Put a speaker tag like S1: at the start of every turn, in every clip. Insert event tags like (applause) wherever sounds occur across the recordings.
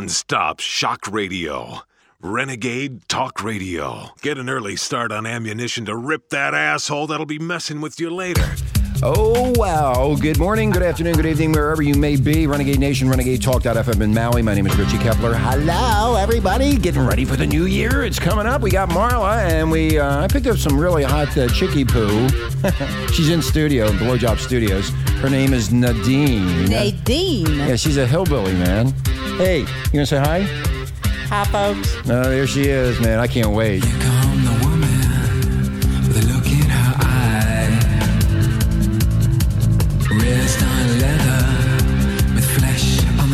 S1: Non-stop shock radio. Renegade Talk Radio. Get an early start on ammunition to rip that asshole that'll be messing with you later.
S2: Oh, wow. Good morning, good afternoon, good evening, wherever you may be. Renegade Nation, Renegade Talk.fm in Maui. My name is Richie Kepler. Hello, everybody. Getting ready for the new year. It's coming up. We got Marla, and we uh, I picked up some really hot uh, chickie poo. (laughs) She's in studio, Blowjob Studios. Her name is Nadine.
S3: Nadine.
S2: yeah, she's a hillbilly, man. Hey, you gonna say hi?
S3: Hi, folks.
S2: No, there she is, man. I can't wait.
S4: Come the woman with a look in her eye. Wrist on leather with flesh on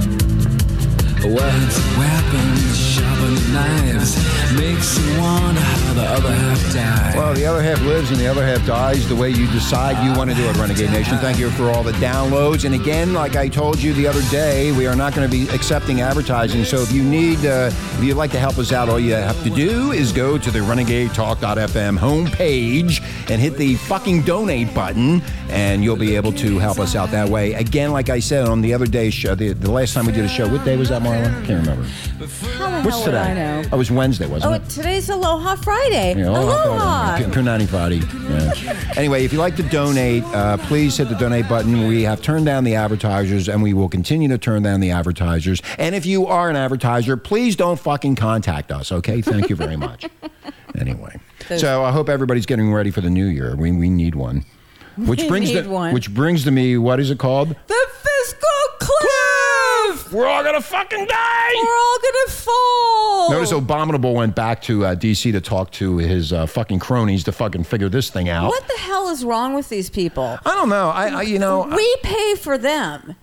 S4: the mind. Words, weapons, sharpened knives. Makes you wonder how the other half died.
S2: Well, the other half lives and the other half dies the way you decide you want to do it, Renegade Nation. Thank you for all the downloads. And again, like I told you the other day, we are not going to be accepting advertising. So if you need, uh, if you'd like to help us out, all you have to do is go to the renegadetalk.fm homepage and hit the fucking donate button, and you'll be able to help us out that way. Again, like I said on the other day's show, the, the last time we did a show, what day was that, Marla? Can't remember.
S3: How the
S2: What's
S3: hell
S2: today?
S3: would I know?
S2: Oh, it was Wednesday, wasn't
S3: Oh,
S2: it?
S3: today's Aloha Friday.
S2: Yeah, oh,
S3: Aloha.
S2: okay. Punani Friday. Yeah. anyway, if you'd like to donate, uh, please hit the donate button. We have turned down the advertisers, and we will continue to turn down the advertisers. And if you are an advertiser, please don't fucking contact us. Okay? Thank you very
S3: (laughs)
S2: much. anyway, so I hope everybody's getting ready for the new year. We we need one. Which
S3: We
S2: brings
S3: need
S2: the,
S3: one.
S2: which brings to me what is it called?
S3: The fiscal cliff.
S2: We're all gonna fucking die.
S3: We're all gonna fall.
S2: Notice Abominable went back to uh, DC to talk to his uh, fucking cronies to fucking figure this thing out.
S3: what the hell is wrong with these people?
S2: I don't know. I, I you know,
S3: We pay for them,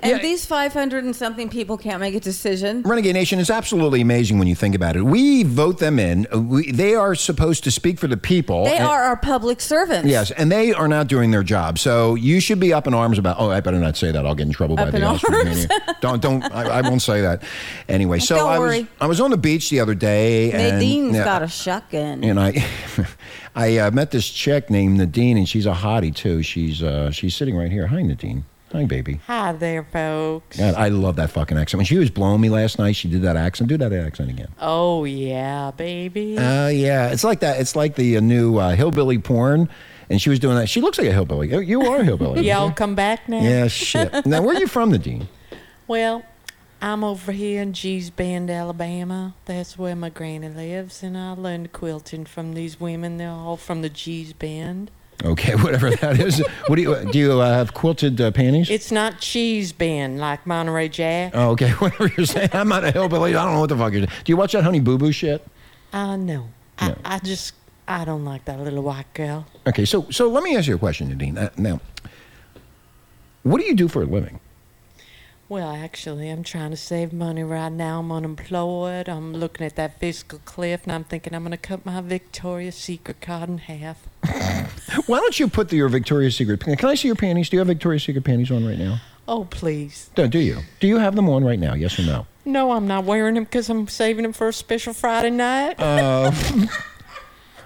S3: and
S2: Yeah.
S3: these five hundred and something people can't make a decision.
S2: Renegade Nation is absolutely amazing when you think about it. We vote them in. Uh, We, they are supposed to speak for the people.
S3: They
S2: And-
S3: are our public servants.
S2: Yes, and they are not doing their job. So you should be up in arms about. Oh, I better not say that. I'll get in trouble by
S3: Up
S2: the
S3: in
S2: Oxford
S3: arms.
S2: media. Don't don't. I, I won't say that. Anyway, so
S3: Don't
S2: I was
S3: worry.
S2: I was on the beach the other day. and-
S3: Nadine's
S2: yeah,
S3: got a shotgun.
S2: and I (laughs) I uh, met this chick named Nadine, and she's a hottie too. She's uh, she's sitting right here. Hi, Nadine. Hi, baby.
S5: Hi there, folks.
S2: God, I love that fucking accent. When she was blowing me last night, she did that accent. Do that accent again.
S5: Oh, yeah, baby.
S2: Oh yeah, it's like that. It's like the uh, new uh, hillbilly porn, and she was doing that. She looks like a hillbilly. Oh, You are a hillbilly.
S5: Y'all come back now?
S2: Yeah, shit. Now, where are you from, Nadine?
S5: Well, I'm over here in G's Bend, Alabama. That's where my granny lives, and I learned quilting from these women. They're all from the G's Bend.
S2: Okay, (laughs) whatever that is. What do you do? You uh, have quilted uh, panties?
S5: It's not Cheese Bend like Monterey Jack.
S2: oh, okay. (laughs) Whatever you're saying. I'm not a hillbilly. I don't know what the fuck you're. Do you watch that Honey Boo Boo shit?
S5: I know. I, I just, I don't like that little white girl.
S2: Okay, so so let me ask you a question, Nadine. Uh, now, what do you do for a living?
S5: Well, actually, I'm trying to save money right now. I'm unemployed. I'm looking at that fiscal cliff, and I'm thinking I'm going to cut my Victoria's Secret card in half.
S2: Why don't you put your Victoria's Secret? Can I see your panties? Do you have Victoria's Secret panties on right now?
S5: Oh, please.
S2: No, do you? Do you have them on right now? Yes or no?
S5: No, I'm not wearing them because I'm saving them for a special Friday night.
S2: Uh,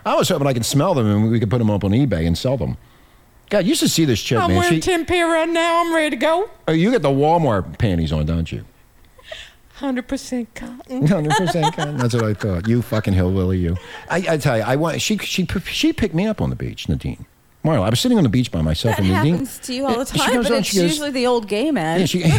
S2: I was hoping I could smell them and we could put them up on eBay and sell them. God, you should see this chick,
S5: I'm
S2: man.
S5: wearing
S2: She,
S5: ten pair right now. I'm ready to go.
S2: oh, you got the Walmart panties on, don't you?
S5: 100%
S2: (laughs)
S3: Mm-hmm.
S5: cotton.
S2: 100% cotton. That's what I thought. You fucking hillbilly, you. I, I tell you, I want. She she p- she picked me up on the beach, Nadine. Marla, I was sitting on the beach by myself,
S3: that
S2: and Nadine.
S3: happens to you all the
S2: She
S3: time,
S2: goes
S3: but
S2: on,
S3: it's
S2: she goes-
S3: usually the old gay man.
S2: Yeah, she, (laughs)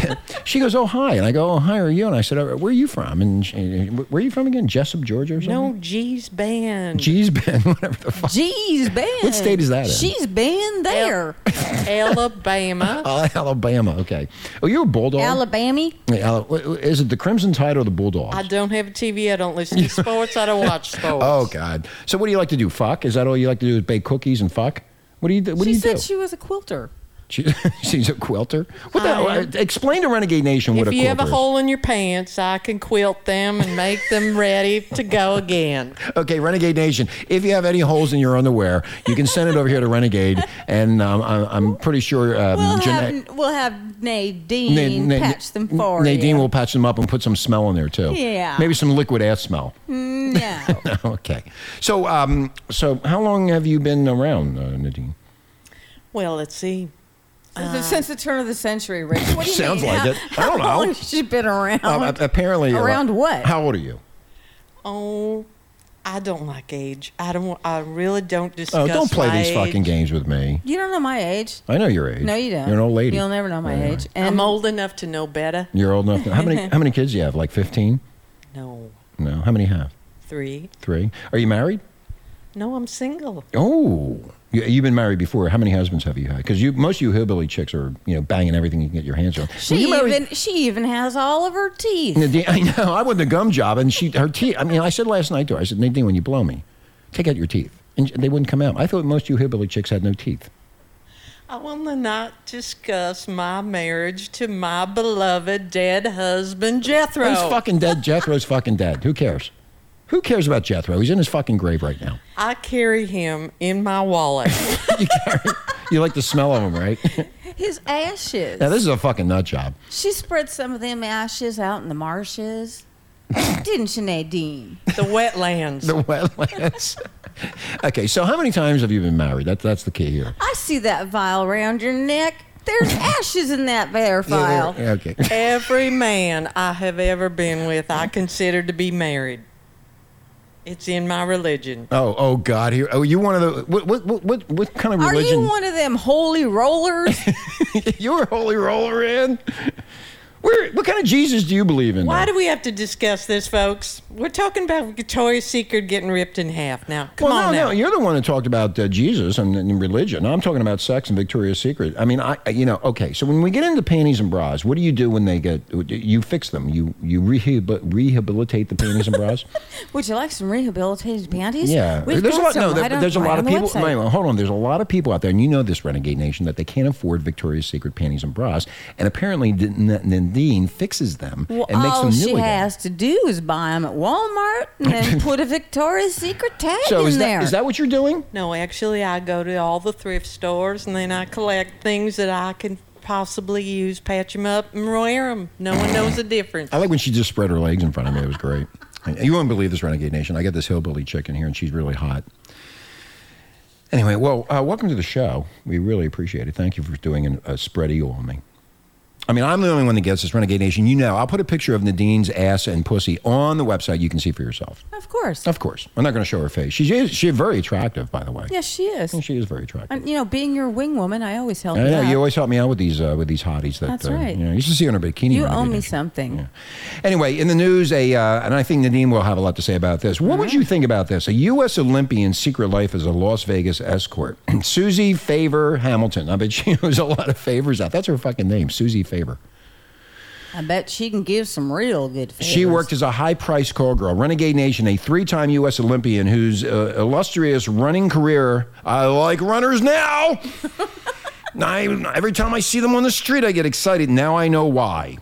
S2: she goes, oh hi, and I go, oh hi, are you? And I said, where are you from? And she, where are you from again? Jessup, Georgia, or something?
S5: No G's band.
S2: Geez, Ben, (laughs) whatever the
S5: (laughs)
S2: fuck.
S3: Jeez, banned.
S2: What state is that in?
S3: She's banned there.
S5: Alabama.
S2: (laughs) Oh, Alabama. Okay. Oh, you're a bulldog.
S3: Alabama.
S2: Yeah, Ala- Is it the Crimson Tide or the Bulldogs?
S5: I don't have a TV. I don't
S2: (laughs)
S5: listen to sports. I don't watch sports.
S2: Oh God! So what do you like to do? Fuck? Is that all you like to do? Is bake cookies and fuck? What do you do? What
S3: She
S2: do you
S3: said
S2: do?
S3: she was a quilter.
S2: (laughs) She- she's a quilter. What the?
S5: I
S2: hell? Explain to Renegade Nation what
S5: If
S2: a
S5: you
S2: quilter
S5: have a
S2: is.
S5: hole in your pants, I can quilt them and make them ready to go again.
S2: Okay, Renegade Nation. If you have any holes in your underwear, you can send it over here to Renegade, and um, I'm, I'm pretty sure um,
S3: We'll
S2: Jeanette-
S3: have we'll have Nadine
S2: Na- Na-
S3: patch them for
S2: Nadine
S3: you.
S2: will patch them up and put some smell in there too.
S3: Yeah.
S2: Maybe some liquid ass smell. (laughs)
S3: (laughs) No.
S2: okay. So, um, so how long have you been around, uh, Nadine?
S5: Well, let's see.
S3: Since the turn of the century, Rich. What do you
S2: Uh, Sounds
S3: mean?
S2: like
S3: How-
S2: it. I don't
S3: how long
S2: know.
S3: has she been around?
S2: Uh, apparently,
S3: Uh-huh. Around what?
S2: How old are you?
S5: Oh, I don't like age. I don't. I really don't
S2: Oh,
S5: discuss.
S2: don't play
S5: my
S2: these fucking
S5: age.
S2: games with me.
S3: you don't know my age.
S2: I know your age.
S3: No, you don't.
S2: You're an old lady.
S3: You'll never know my
S2: Anyway.
S3: age.
S5: I'm old enough to know better.
S2: You're old enough. How
S3: (laughs)
S2: many? How many kids do you have? Like 15?
S5: No,
S2: No. How many have?
S5: three.
S2: Three. Are you married?
S5: No, I'm single.
S2: Oh, you, you've been married before. How many husbands have you had? Because you, most of you hillbilly chicks are, you know, banging everything you can get your hands on.
S3: She
S2: Were you married-
S3: even she even has all of her teeth.
S2: Nadine- I know. I went to gum job, and she, her teeth. I mean, I said last night to her, I said, Nadine, when you blow me, take out your teeth, and they wouldn't come out. I thought most of you hillbilly chicks had no teeth.
S5: I will not discuss my marriage to my beloved dead husband Jethro.
S2: He's fucking dead. Jethro's fucking dead. Who cares? Who cares about Jethro? He's in his fucking grave right now.
S5: I carry him in my wallet.
S2: You, care? you like the smell of him, right? (laughs)
S3: His ashes.
S2: now this is a fucking nut job. (laughs)
S3: she spread some of them ashes out in the
S2: (laughs)
S3: marshes. Didn't she, Nadine?
S5: the wetlands.
S2: The wetlands. (laughs) okay, so how many times have you been married? That, that's the key here.
S3: I see that vial around your neck. There's ashes in that there vial.
S2: Yeah, okay. (laughs)
S5: Every man I have ever been with, I consider to be married. It's in my religion.
S2: Oh, oh God! Here, oh, you one of the what, what, what, what, what kind of
S3: Are
S2: religion?
S3: you one of them holy
S2: (laughs)
S3: rollers?
S2: you were holy roller in. Where? What kind of Jesus do you believe in?
S5: Why
S2: though?
S5: do we have to discuss this, folks? We're talking about Victoria's Secret getting ripped in half now. Come
S2: well,
S5: on
S2: no,
S5: now.
S2: no. You're the one that talked about uh, Jesus and, and religion. I'm talking about sex and Victoria's Secret. I mean, I, I- you know, okay. So when we get into panties and bras, what do you do when they get? You fix them. You you rehabil- rehabilitate the panties and
S3: (laughs)
S2: bras.
S3: Would you like some rehabilitated panties?
S2: Yeah,
S3: We've
S2: there's a
S3: got
S2: lot. No,
S3: some
S2: there-
S3: right on-
S2: there's a
S3: right
S2: lot
S3: on
S2: of
S3: the
S2: people.
S3: website.
S2: wait, wait, hold on. There's a lot of people out there, and you know this, Renegade Nation, that they can't afford Victoria's Secret panties and bras, and apparently N- N- Nadine fixes them
S3: Well,
S2: and makes
S3: all
S2: them new
S3: she
S2: again.
S3: has to do is buy them at Walmart
S2: (laughs)
S3: and then put a Victoria's Secret tag
S2: so
S3: in
S2: is
S3: there.
S2: that is that what you're doing?
S5: No, actually, I go to all the thrift stores and then I collect things that I can possibly use, patch them up, and wear them. No one knows the difference.
S2: I like when she just spread her legs in front of me. It was great. You wouldn't believe this, Renegade Nation. I got this hillbilly chick in here, and she's really hot. Anyway, well, uh, welcome to the show. We really appreciate it. Thank you for doing an, a spread eagle on me. I mean, I'm the only one that gets this, Renegade Nation. You know, I'll put a picture of Nadine's ass and pussy on the website. You can see for yourself.
S3: Of course.
S2: Of course, I'm not going to show her face. She is she's very attractive, by the way.
S3: Yes, she is.
S2: she is very attractive.
S3: And, you know, being your wing woman, I always help
S2: I
S3: you
S2: know
S3: out.
S2: you always help me out with these uh, with these hotties. That,
S3: That's
S2: uh,
S3: right.
S2: You, know, you should see her in a bikini.
S3: You
S2: Renegade
S3: owe me
S2: Nation.
S3: something.
S2: Anyway, in the news, a uh, and I think Nadine will have a lot to say about this. What would you think about this? A U.S. Olympian's secret life as a Las Vegas escort. (clears throat) Susie Favor Hamilton. I bet she (laughs) owes a lot of favors out. That's her fucking name, Susie Favor.
S3: I bet she can give some real good favors.
S2: She worked as a high priced call girl, Renegade Nation, a three time U.S. Olympian whose uh, illustrious running career, I like runners now. I, every time I see them on the street, I get excited. Now I know why.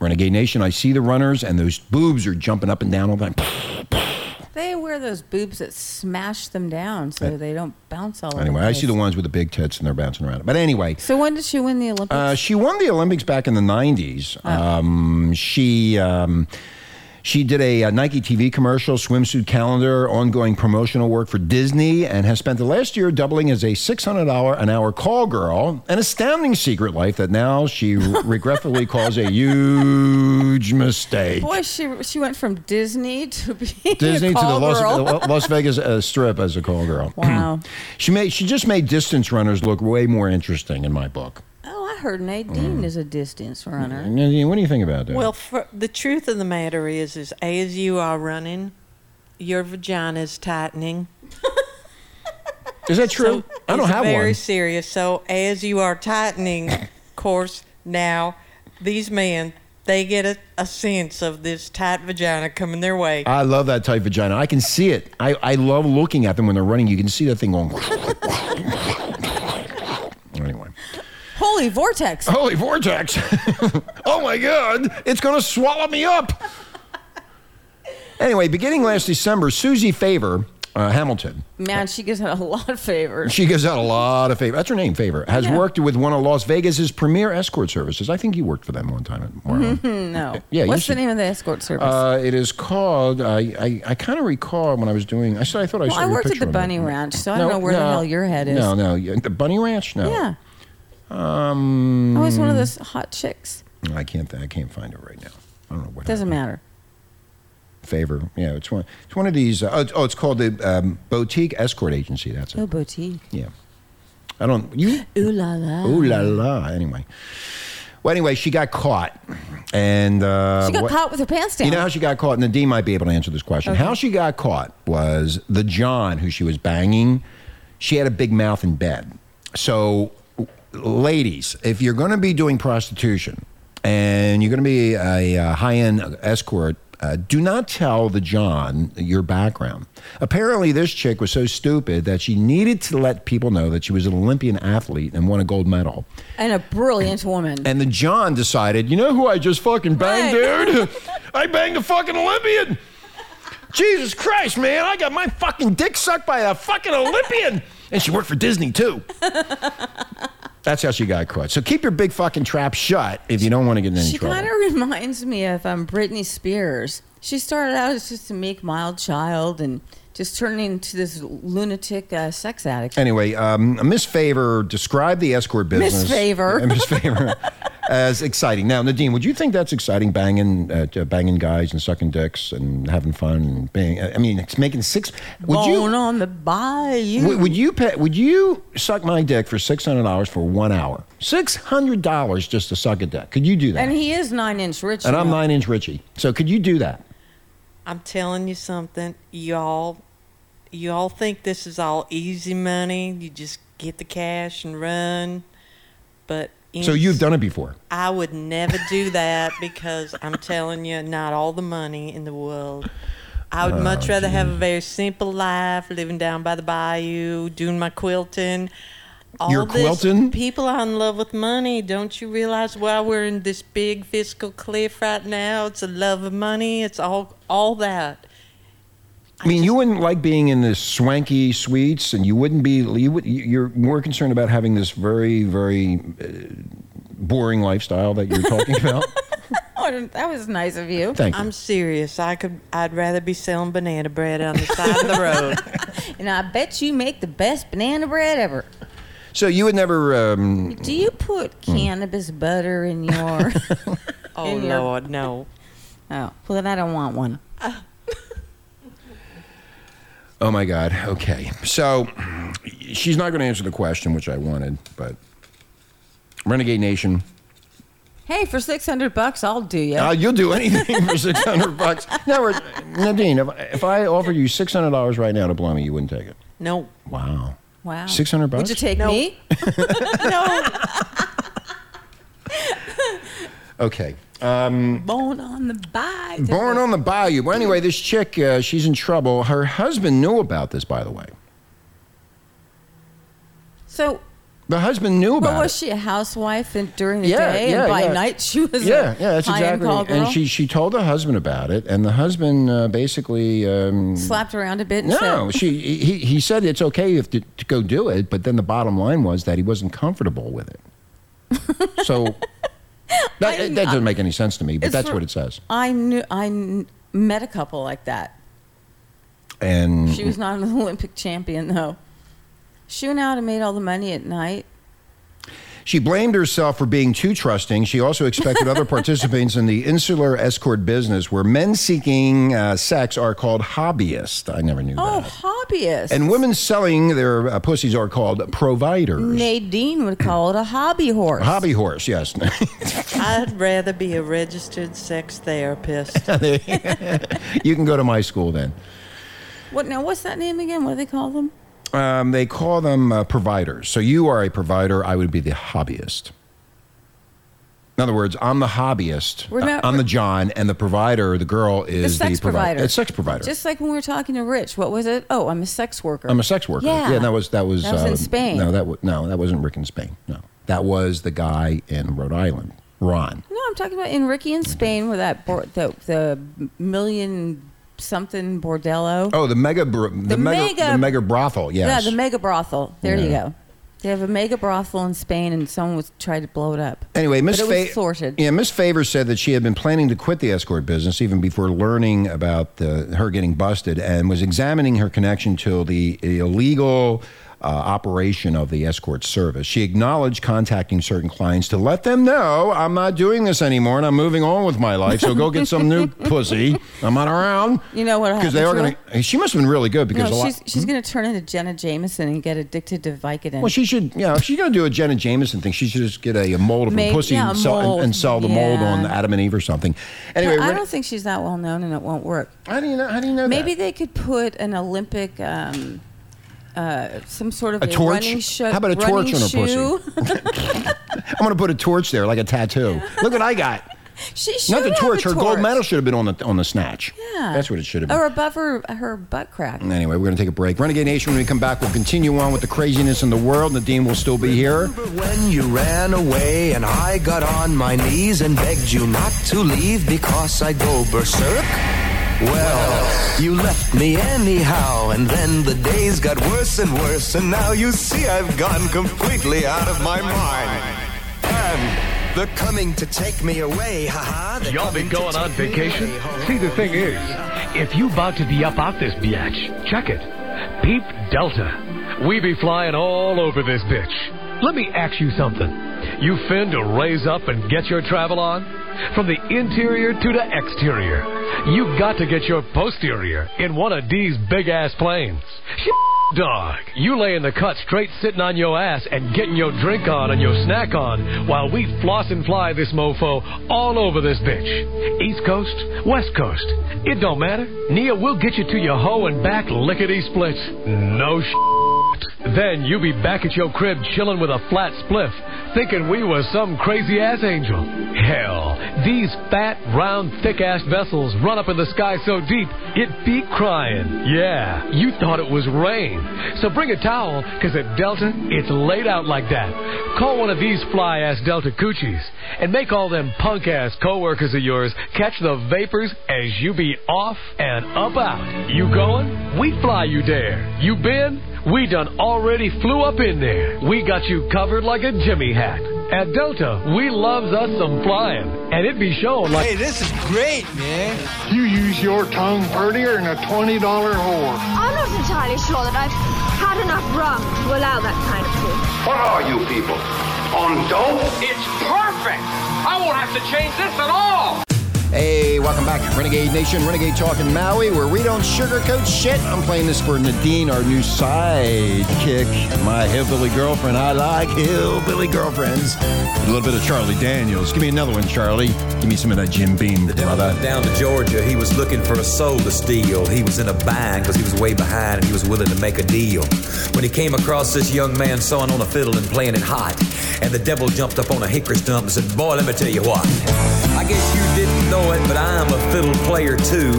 S2: Renegade Nation, I see the runners, and those boobs are jumping up and down all the time.
S3: They wear those boobs that smash them down so they don't bounce all over
S2: Anyway,
S3: the
S2: I see the
S3: place.
S2: ones with the big tits and they're bouncing around. But anyway,
S3: So when did she win the Olympics?
S2: Uh, she won the Olympics back in the '90s.
S3: Ah.
S2: Um, she um, she did a, uh Nike TV commercial, swimsuit calendar, ongoing promotional work for Disney, and has spent the last year doubling as a $600 an hour call girl. An astounding secret life that now
S3: (laughs)
S2: she regretfully calls a huge mistake.
S3: Boy, she she went from Disney to being
S2: (laughs) Disney
S3: a
S2: to the
S3: call
S2: Las,
S3: girl.
S2: uh, Las Vegas uh, Strip as a call girl.
S3: Wow.
S2: (clears throat) she made she just made distance runners look way more interesting in my book.
S3: oh, I heard
S2: Mm.
S3: Nadine is a distance runner.
S2: Nadine, What do you think about that?
S5: Well, for, the truth of the matter is, is as you are running, your vagina's tightening.
S2: Is that true? I don't
S5: it's
S2: have
S5: very
S2: one.
S5: serious. So as you are tightening, of course, now these men they get a, a sense of this tight vagina coming their way.
S2: I love that tight vagina. I can see it. I, I love looking at them when they're running. You can see that thing going. anyway. Mm-hmm.
S3: Holy vortex!
S2: Holy vortex. (laughs) oh my God. It's going to swallow me up. Anyway, beginning last December, Susie Favor uh, Hamilton.
S3: Man, she gives out a lot of favors.
S2: She gives out a lot of favor. That's her name, Favor. Has worked with one of Las Vegas' premier escort services. I think you worked for them one time at Marlin.
S3: No.
S2: (laughs) Yeah, you
S3: What's the
S2: should-
S3: name of the escort service?
S2: Uh, it is called. I I, I kind of recall when I was doing. I said I thought I
S3: well,
S2: saw
S3: I
S2: your
S3: worked at
S2: picture
S3: the
S2: of it.
S3: Bunny Ranch, so I don't
S2: No,
S3: know where the
S2: no,
S3: hell your head is.
S2: No, no, yeah, the Bunny Ranch. No.
S3: Yeah.
S2: Um,
S3: I was one of those hot chicks.
S2: I can't. I can't find it right now. I don't know what.
S3: Doesn't
S2: happened.
S3: matter.
S2: Favor. Yeah, it's one. It's one of these. Uh, oh, it's- oh, it's called the um, boutique escort agency. That's it.
S3: Oh, boutique.
S2: Yeah. I don't. You.
S3: Ooh la la.
S2: Ooh la la. Anyway. Well, anyway, she got caught, and uh,
S3: She got
S2: what-
S3: caught with her pants down.
S2: You know how she got caught? Nadine might be able to answer this question. How she got caught was the John who she was banging, she had a big mouth in bed. So, ladies, if you're going to be doing prostitution and you're going to be a, uh high end escort, uh, do not tell the John your background. Apparently, this chick was so stupid that she needed to let people know that she was an Olympian athlete and won a gold medal.
S3: and a brilliant woman.
S2: And the John decided, you know who I just fucking banged,
S3: Right.
S2: dude?
S3: (laughs)
S2: I banged a fucking Olympian. Jesus Christ, man. I got my fucking dick sucked by a fucking Olympian. And she worked for Disney,
S3: (laughs)
S2: too. That's how she got caught. So keep your big fucking trap shut if you don't want to get in any
S3: she
S2: trouble.
S3: kind of reminds me of um, Britney Spears. She started out as just a meek, mild child and just turned into this lunatic uh, sex addict.
S2: Anyway, um, Miss Favor described the escort
S3: Miss
S2: business.
S3: Favor.
S2: Uh, (laughs) Miss Favor as exciting. Now, Nadine, would you think that's exciting? Banging, uh, uh, banging guys and sucking dicks and having fun and being. I mean, it's making six. Would
S3: Going
S2: you?
S3: on the bayou.
S2: Would, would you pay, Would you suck my dick for six hundred dollars for one hour? Six hundred dollars just to suck a dick. Could you do that?
S3: and he is nine inch rich.
S2: And
S3: you
S2: I'm
S3: (laughs) know.
S2: nine inch Richie. So could you do that?
S5: I'm telling you something, y'all. You all think this is all easy money. You just get the cash and run. But
S2: So
S5: in-
S2: you've done it before.
S5: I would never do that because I'm telling you, not all the money in the world. I
S2: Oh,
S5: would much rather have a very simple life, living down by the bayou, doing my quilting. All
S2: Your
S5: this-
S2: quilting?
S5: People are in love with money. Don't you realize why we're in this big fiscal cliff right now? It's a love of money. It's all all that.
S2: I mean, you wouldn't like being in the swanky suites, and you wouldn't be. You would. You're more concerned about having this very, very uh, boring lifestyle that you're talking about.
S3: Oh, that was nice of you.
S2: Thank you.
S5: I'm serious. I could. I'd rather be selling banana bread on the side of the road.
S2: (laughs)
S3: And I bet you make the best banana bread ever.
S2: So you would never. Um,
S3: Do you put cannabis butter
S2: (laughs)
S3: in your?
S5: Oh
S3: In your-
S5: Lord, no.
S3: oh, well then I don't want one.
S2: oh my God. Okay. So she's not going to answer the question, which I wanted, but Renegade Nation.
S3: Hey, for six hundred bucks, I'll do you.
S2: Uh, you'll do anything for six hundred bucks. Now, we're- Nadine, if, if I offered you six hundred dollars right now to blow me, you wouldn't take it.
S5: No.
S2: Wow.
S3: wow,
S2: 600
S3: Would you
S2: bucks?
S3: take
S2: (laughs)
S5: No.
S3: me? (laughs)
S5: No.
S2: Okay.
S3: Born on the bayou.
S2: Born on the Bayou. Well, anyway, this chick, uh, she's in trouble. Her husband knew about this, by the way.
S3: So
S2: The husband knew about
S3: But was
S2: it.
S3: she a housewife and during the
S2: Yeah,
S3: day
S2: yeah,
S3: and by
S2: yeah.
S3: night she was
S2: yeah,
S3: a
S2: yeah, that's
S3: high-end
S2: exactly.
S3: call girl?
S2: And she she told the husband about it, and the husband uh, basically um,
S3: slapped around a bit. And
S2: no.
S3: said,
S2: She he he said it's okay if to, to go do it, but then the bottom line was that he wasn't comfortable with it.
S3: (laughs)
S2: so that, that doesn't make any sense to me, but
S3: It's
S2: that's
S3: for-
S2: what it says.
S3: I knew I kn- met a couple like that.
S2: And
S3: She was not an (laughs) Olympic champion though. She went out and made all the money at night.
S2: She blamed herself for being too trusting. She also expected
S3: (laughs)
S2: other participants in the insular escort business, where men seeking uh, sex are called hobbyists. I never knew
S3: Oh,
S2: that.
S3: hobbyist.
S2: And women selling their uh, pussies are called providers.
S3: Nadine would call it a hobby horse.
S2: Hobby horse, yes. (laughs)
S5: I'd rather be a registered
S2: (laughs)
S5: sex therapist.
S2: you can go to my school then.
S3: What now? What's that name again? What do they call them?
S2: Um, they call them uh, providers. So you are a provider. I would be the hobbyist. In other words, I'm the hobbyist. uh,
S3: We're not-
S2: I'm the John, and the provider, the girl,
S3: The
S2: is
S3: sex
S2: provi-
S3: provider.
S2: A sex provider.
S3: Just like when we were talking to Rich. What was it? Oh, I'm a sex worker.
S2: I'm a sex worker.
S3: Yeah.
S2: that was that was.
S3: That was in
S2: uh,
S3: Spain.
S2: No, that was no, that wasn't Rick in Spain. No, that was the guy in Rhode Island, Ron.
S3: No, I'm talking about in Ricky in Spain where that bor- the the million something bordello.
S2: Oh, the mega, bro- the,
S3: mega-
S2: the mega brothel. Yes.
S3: Yeah, the mega brothel. There you
S2: Yeah.
S3: go. They have a mega brothel in Spain, and someone was tried to blow it up.
S2: Anyway, Miss
S3: But it was
S2: Fa-
S3: sorted.
S2: Yeah, Miss Favor said that she had been planning to quit the escort business even before learning about the, her getting busted, and was examining her connection to the illegal uh, operation of the escort service. She acknowledged contacting certain clients to let them know I'm not doing this anymore and I'm moving on with my life. So go get some
S3: (laughs)
S2: new pussy. I'm not around.
S3: You know what
S2: Because they are
S3: happened
S2: going
S3: to
S2: to. She must have been really good
S3: No,
S2: because a lot. Hmm?
S3: she's she's going to turn into Jenna Jameson and get addicted to Vicodin.
S2: Well, she should. You know, if she's going to do a Jenna Jameson thing, she should just get a, a mold of
S3: Maybe-
S2: her pussy
S3: yeah,
S2: and,
S3: a
S2: sell, and,
S3: mold.
S2: and sell the mold
S3: Yeah.
S2: on Adam and Eve or something. Anyway,
S3: I
S2: Ren-
S3: don't think she's that well known, and it won't work.
S2: how do you know? How do you know
S3: Maybe
S2: that?
S3: they could put an Olympic, um, uh, some sort of
S2: A
S3: a,
S2: torch?
S3: running show.
S2: How about a torch on her pussy? I'm going to put a torch there, like a tattoo. Look what I
S3: (laughs)
S2: got.
S3: (laughs) she should
S2: Not the
S3: have a
S2: torch. Her gold
S3: torch.
S2: medal should have been on the on the snatch.
S3: Yeah.
S2: that's what it should have been.
S3: Or above her her butt crack.
S2: Anyway, we're going to take a break. Renegade Nation, when we come back, we'll continue on with the craziness in the world. Nadine will still be here.
S6: Remember when you ran away and I got on my knees and begged you not to leave because I go berserk? Well, you left me anyhow, and then the days got worse and worse, and now you see I've gone completely out of my mind. And they're coming to take me away, haha. they're
S7: Y'all
S6: coming
S7: been
S6: to
S7: going on
S6: take me
S7: vacation?
S6: away, ho,
S7: See, the
S6: ho,
S7: thing
S6: ho.
S7: is, if you about to be up out this biatch, check it. Peep Delta. We be flying all over this bitch. Let me ask you something. You fin to raise up and get your travel on? From the interior to the exterior, you got to get your posterior in one of these big ass planes. Dog, you lay in the cut straight sitting on your ass and getting your drink on and your snack on while we floss and fly this mofo all over this bitch. East Coast, West Coast, it don't matter. Nia, we'll get you to your hoe and back lickety splits. No shit. Then you be back at your crib chilling with a flat spliff, thinking we was some crazy ass angel. Hell, these fat, round, thick ass vessels run up in the sky so deep, it be crying. Yeah, you thought it was rain. So bring a towel, because at Delta, it's laid out like that. Call one of these fly ass Delta coochies and make all them punk ass coworkers of yours catch the vapors as you be off and about. You going? We fly you there. You been? We done already flew up in there. We got you covered like a Jimmy hat. At Delta, we loves us some flying, and it be showing like.
S6: Hey, this is great, man.
S8: You use your tongue prettier than a $20 whore.
S9: I'm not entirely sure that I've had enough rum to allow that kind of thing.
S10: What are you people? On dope? It's perfect! I won't have to change this at all!
S2: Hey, welcome back, Renegade Nation, Renegade Talk in Maui, where we don't sugarcoat shit. I'm playing this for Nadine, our new sidekick, my hillbilly girlfriend. I like hillbilly girlfriends. A little bit of Charlie Daniels. Give me another one, Charlie. Give me some of that Jim Beam, brother.
S11: Down to Georgia, he was looking for a soul to steal. He was in a bind because he was way behind and he was willing to make a deal. When he came across this young man sawing on a fiddle and playing it hot, and the devil jumped up on a hickory stump and said, Boy, let me tell you what. I guess you didn't know it, but I'm a fiddle player too.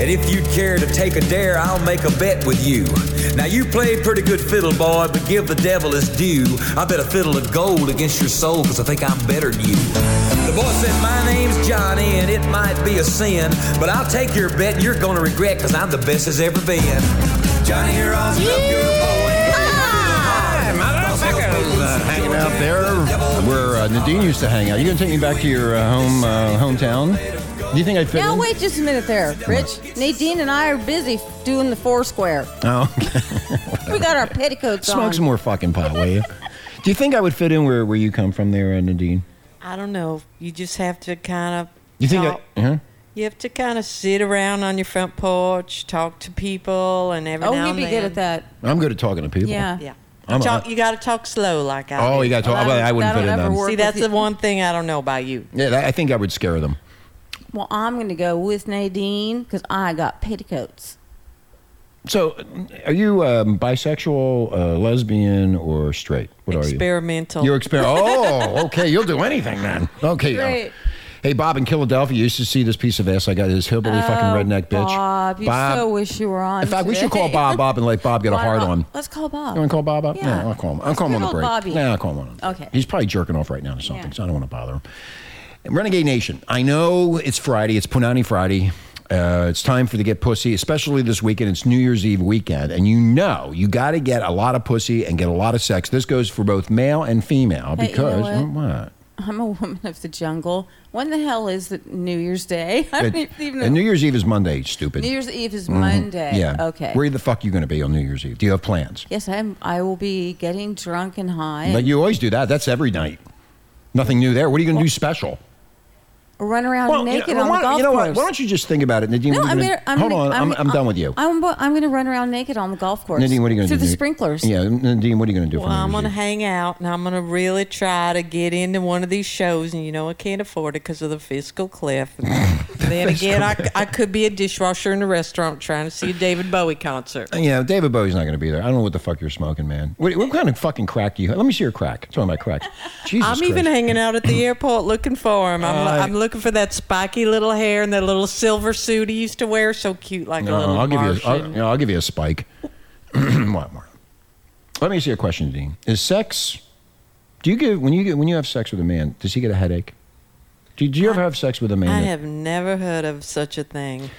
S11: And if you'd care to take a dare, I'll make a bet with you. Now you play pretty good fiddle, boy, but give the devil his due. I bet a fiddle of gold against your soul, because I think I'm better than you. The boy said, My name's Johnny, and it might be a sin, but I'll take your bet you're gonna regret, because I'm the best as ever been. Johnny, you're all stuck, you're a boy.
S2: Hanging out there where uh, Nadine used to hang out. You gonna take me back to your uh, home uh, hometown? Do you think I'd fit
S3: Now
S2: in?
S3: wait just a minute there, Rich. Nadine and I are busy doing the foursquare.
S2: Oh,
S3: We got our petticoats on.
S2: Smoke some more fucking pot, will you? Do you think I would fit in where, where you come from there, uh, Nadine?
S5: I don't know. You just have to kind of.
S2: You think
S5: talk.
S2: I, huh?
S5: You have to kind of sit around on your front porch, talk to people, and every
S3: Oh,
S5: now
S3: you'd
S5: and
S3: be
S5: then.
S3: good at that.
S2: I'm good at talking to people.
S3: Yeah.
S5: Yeah.
S2: I'm a-
S5: Talk- you got to talk slow, like I.
S2: Oh,
S5: do.
S2: you got to talk. I, I wouldn't
S3: That'll
S2: fit in
S3: never
S2: them.
S3: work.
S5: See,
S3: with
S5: that's
S3: you.
S5: the one thing I don't know about you.
S2: Yeah, that, I think I would scare them.
S3: Well, I'm going to go with Nadine because I got petticoats.
S2: So, are you um, bisexual, uh, lesbian, or straight? What are
S5: Experimental.
S2: you? You're experimental. Oh, okay. You'll do anything then. Okay. uh,
S3: Great.
S2: Hey, Bob in Philadelphia used to see this piece of ass I got. This hillbilly fucking redneck bitch.
S3: Oh, Bob, you so wish you were on.
S2: in fact, we should call
S3: today.
S2: Bob up and let Bob get a hard on. You
S3: Let's call Bob.
S2: want to call Bob up?
S3: Yeah.
S2: No, I'll call him. I'll
S3: Let's
S2: call him on
S3: good
S2: the
S3: old
S2: break.
S3: Bobby.
S2: Yeah, I'll call him on.
S3: Okay.
S2: He's probably jerking off right now or something,
S3: Yeah.
S2: so I don't want to bother him. Renegade Nation, I know it's Friday, it's Punani Friday. Uh, it's time for the get pussy, especially this weekend. It's New Year's Eve weekend, and you know you got to get a lot of pussy and get a lot of sex. This goes for both male and female
S3: Hey, you know
S2: because
S3: what?
S2: Well, what?
S3: I'm a woman of the jungle. When the hell is the New Year's Day? (laughs) (laughs) I don't
S2: It-
S3: even
S2: and New Year's Eve is Monday, stupid.
S3: New Year's Eve is
S2: Mhm.
S3: Monday.
S2: Yeah.
S3: Okay.
S2: Where the fuck you going to be on New Year's Eve? Do you have plans?
S3: yes, I'm. I will be getting drunk and high.
S2: But
S3: and
S2: you always do that. That's every night. Nothing new there. What are you going to do special?
S3: run around naked
S2: you know,
S3: on
S2: why,
S3: the golf
S2: you know what?
S3: course.
S2: Why don't you just think about it, Nadine?
S3: no,
S2: what are you
S3: I'm
S2: gonna-
S3: gonna, I'm
S2: hold
S3: gonna-
S2: on, I'm, I'm, done with you.
S3: I'm, I'm going to run around naked on the golf course.
S2: Nadine, what are you going to
S3: Through
S2: do?
S3: the sprinklers.
S2: Yeah, Nadine, what are you going to do
S5: Well,
S2: for New
S5: I'm
S2: Year's
S5: gonna
S2: Eve?
S5: hang out and I'm gonna really try to get into one of these shows, and you know I can't afford it because of the fiscal
S2: (laughs)
S5: cliff. then again, I, I could be a dishwasher in a restaurant trying to see a David Bowie concert.
S2: You know, David Bowie's not going to be there. I don't know what the fuck you're smoking, man. What, what kind of fucking crack do you have? Let me see your crack. It's one of my cracks. Jesus
S5: (laughs) I'm even
S2: Christ.
S5: hanging out
S2: (clears throat)
S5: at the airport looking for him. I'm,
S2: Uh,
S5: I'm looking for that spiky little hair and that little silver suit he used to wear, so cute like a
S2: No, Uh,
S5: little
S2: Uh-huh, I'll give you. A,
S5: Martian.
S2: I'll, you know, I'll give you a spike. (clears throat) what more? Let me see a question, Dean. Is sex? Do you give when you get when you have sex with a man? Does he get a headache? Do, do you ever have sex with a man?
S5: I
S2: that-
S5: have never heard of such a thing.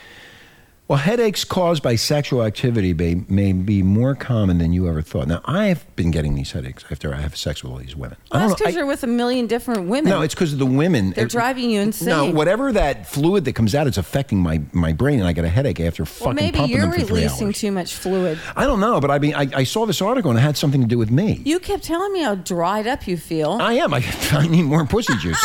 S2: Well, headaches caused by sexual activity may, may be more common than you ever thought. Now, I've been getting these headaches after I have sex with all these women. I
S3: Well,
S2: don't
S3: that's
S2: know, I-
S3: because you're with a million different women.
S2: no, it's because of the women.
S3: They're driving you insane.
S2: No, whatever that fluid that comes out, it's affecting my, my brain, and I get a headache after
S3: Well,
S2: fucking
S3: maybe
S2: pumping
S3: you're
S2: them for three
S3: releasing
S2: hours.
S3: too much fluid.
S2: I don't know, but I mean, I, I saw this article and it had something to do with me.
S3: You kept telling me how dried up you feel.
S2: I am. I, (laughs) I need more pussy juice.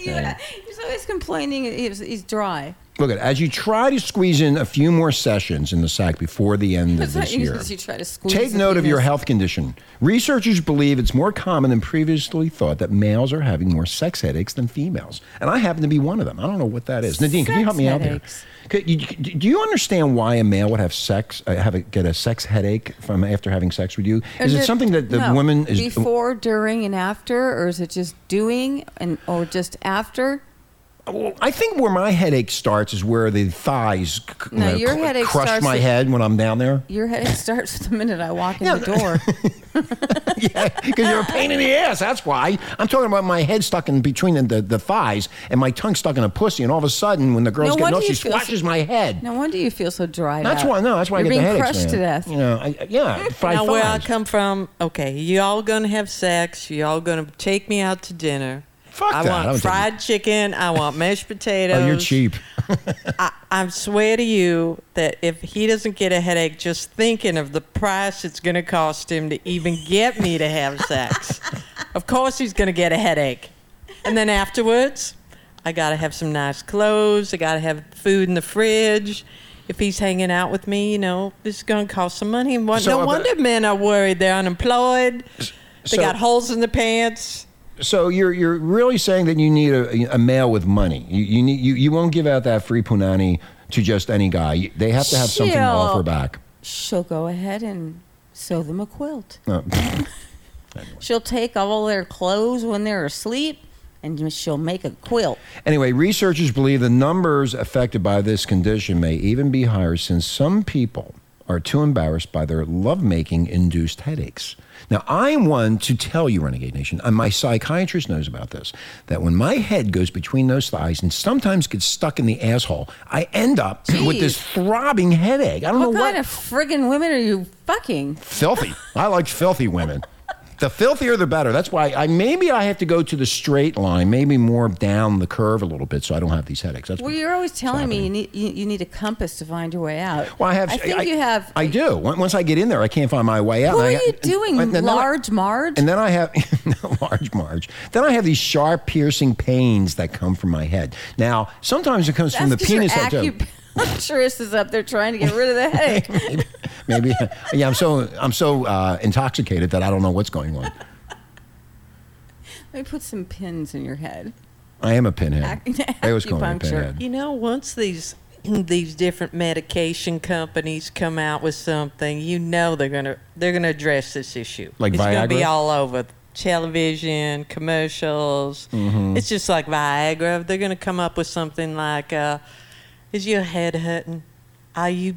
S3: Yeah. (laughs) He's always complaining he's, he's dry.
S2: Look at as you try to squeeze in a few more sessions in the sack before the end of
S3: That's not
S2: this year.
S3: usually you try to squeeze.
S2: Take
S3: the
S2: note of your
S3: penis.
S2: health condition. Researchers believe it's more common than previously thought that males are having more sex headaches than females. And I happen to be one of them. I don't know what that is. Nadine, can you help
S3: Sex
S2: me
S3: headaches.
S2: out there? Could you- Do you understand why a male would have sex, uh, have a, get a sex headache from after having sex with you?
S3: Or
S2: Is it
S3: the-
S2: something that the
S3: no,
S2: woman is
S3: before, during, and after, or is it just doing and or just after?
S2: Well, I think where my headache starts is where the thighs c- c-
S3: No,
S2: you know,
S3: your
S2: cr-
S3: headache
S2: crush
S3: starts
S2: my
S3: at-
S2: head when I'm down there.
S3: Your headache (laughs) starts the minute I walk in the
S2: (laughs)
S3: door.
S2: Because you're a pain in the ass. That's why. I'm talking about my head stuck in between the, the, the thighs and my tongue stuck in a pussy. And all of a sudden, when the girl's
S3: No
S2: getting
S3: wonder
S2: off, she
S3: you feel so-
S2: swashes my head.
S3: No wonder you feel so dry.
S2: That's why. No, that's why
S3: you're
S2: I get
S3: being
S2: the headaches.
S3: crushed to
S2: man.
S3: death.
S2: You know, I- I, yeah, five
S5: now, where I
S2: thighs.
S5: come from, okay, you all gonna have sex. You all gonna take me out to dinner.
S2: Fuck
S5: I
S2: that, I
S5: want
S2: don't take
S5: fried chicken. I want mashed potatoes.
S2: Oh, you're cheap.
S5: I, I swear to you that if he doesn't get a headache just thinking of the price it's gonna cost him to even get me to have
S2: (laughs)
S5: sex, of course he's gonna get a headache. And then afterwards, I gotta have some nice clothes. I gotta have food in the fridge. If he's hanging out with me, you know, this is gonna cost some money. And what,
S2: So
S5: no
S2: I've got-
S5: wonder men are worried. They're unemployed.
S2: so-
S5: they got holes in the pants.
S2: So you're you're really saying that you need a, a male with money. You you, need, you you won't give out that free punani to just any guy. You- They have to have something to
S3: Chill.
S2: offer back.
S3: She'll go ahead and sew them a quilt.
S2: (laughs) Uh,
S3: She'll take all their clothes when they're asleep, and she'll make a quilt.
S2: Anyway, researchers believe the numbers affected by this condition may even be higher since some people are too embarrassed by their lovemaking induced headaches. Now, I'm one to tell you, Renegade Nation, and my psychiatrist knows about this, that when my head goes between those thighs and sometimes gets stuck in the asshole, I end up with this throbbing headache. I don't
S3: What
S2: know
S3: kind
S2: what.
S3: of friggin' women are you
S2: (laughs)
S3: fucking?
S2: filthy. I like filthy women. The filthier, the better. That's why I maybe I have to go to the straight line, maybe more down the curve a little bit, so I don't have these headaches. That's
S3: Well, you're always telling me you need you, you need a compass to find your way out.
S2: Well, I have.
S3: I think you have.
S2: I do. On- Once I get in there, I can't find my way out.
S3: What
S2: And
S3: are
S2: I-
S3: you doing,
S2: and then I-
S3: large Marge?
S2: And then I have (laughs) large Marge. Then I have these sharp, piercing pains that come from my head. Now, sometimes it comes from the
S3: 'cause your
S2: penis. out, too.
S3: acupuncturist is up there trying to get rid of the headache.
S2: (laughs) Maybe. Yeah, I'm so I'm so uh, intoxicated that I don't know what's going on.
S3: Let me put some pins in your head.
S2: I am a pinhead.
S3: Ac- (laughs)
S2: I always call me a
S3: acupuncture.
S2: pinhead.
S5: You know, once these (clears throat) these different medication companies come out with something, you know they're gonna they're gonna address this issue.
S2: Like
S5: it's gonna be
S2: Viagra?
S5: all over television, commercials.
S2: Mhm.
S5: It's just like Viagra. They're gonna come up with something like, uh, "Is your head hurting? Are you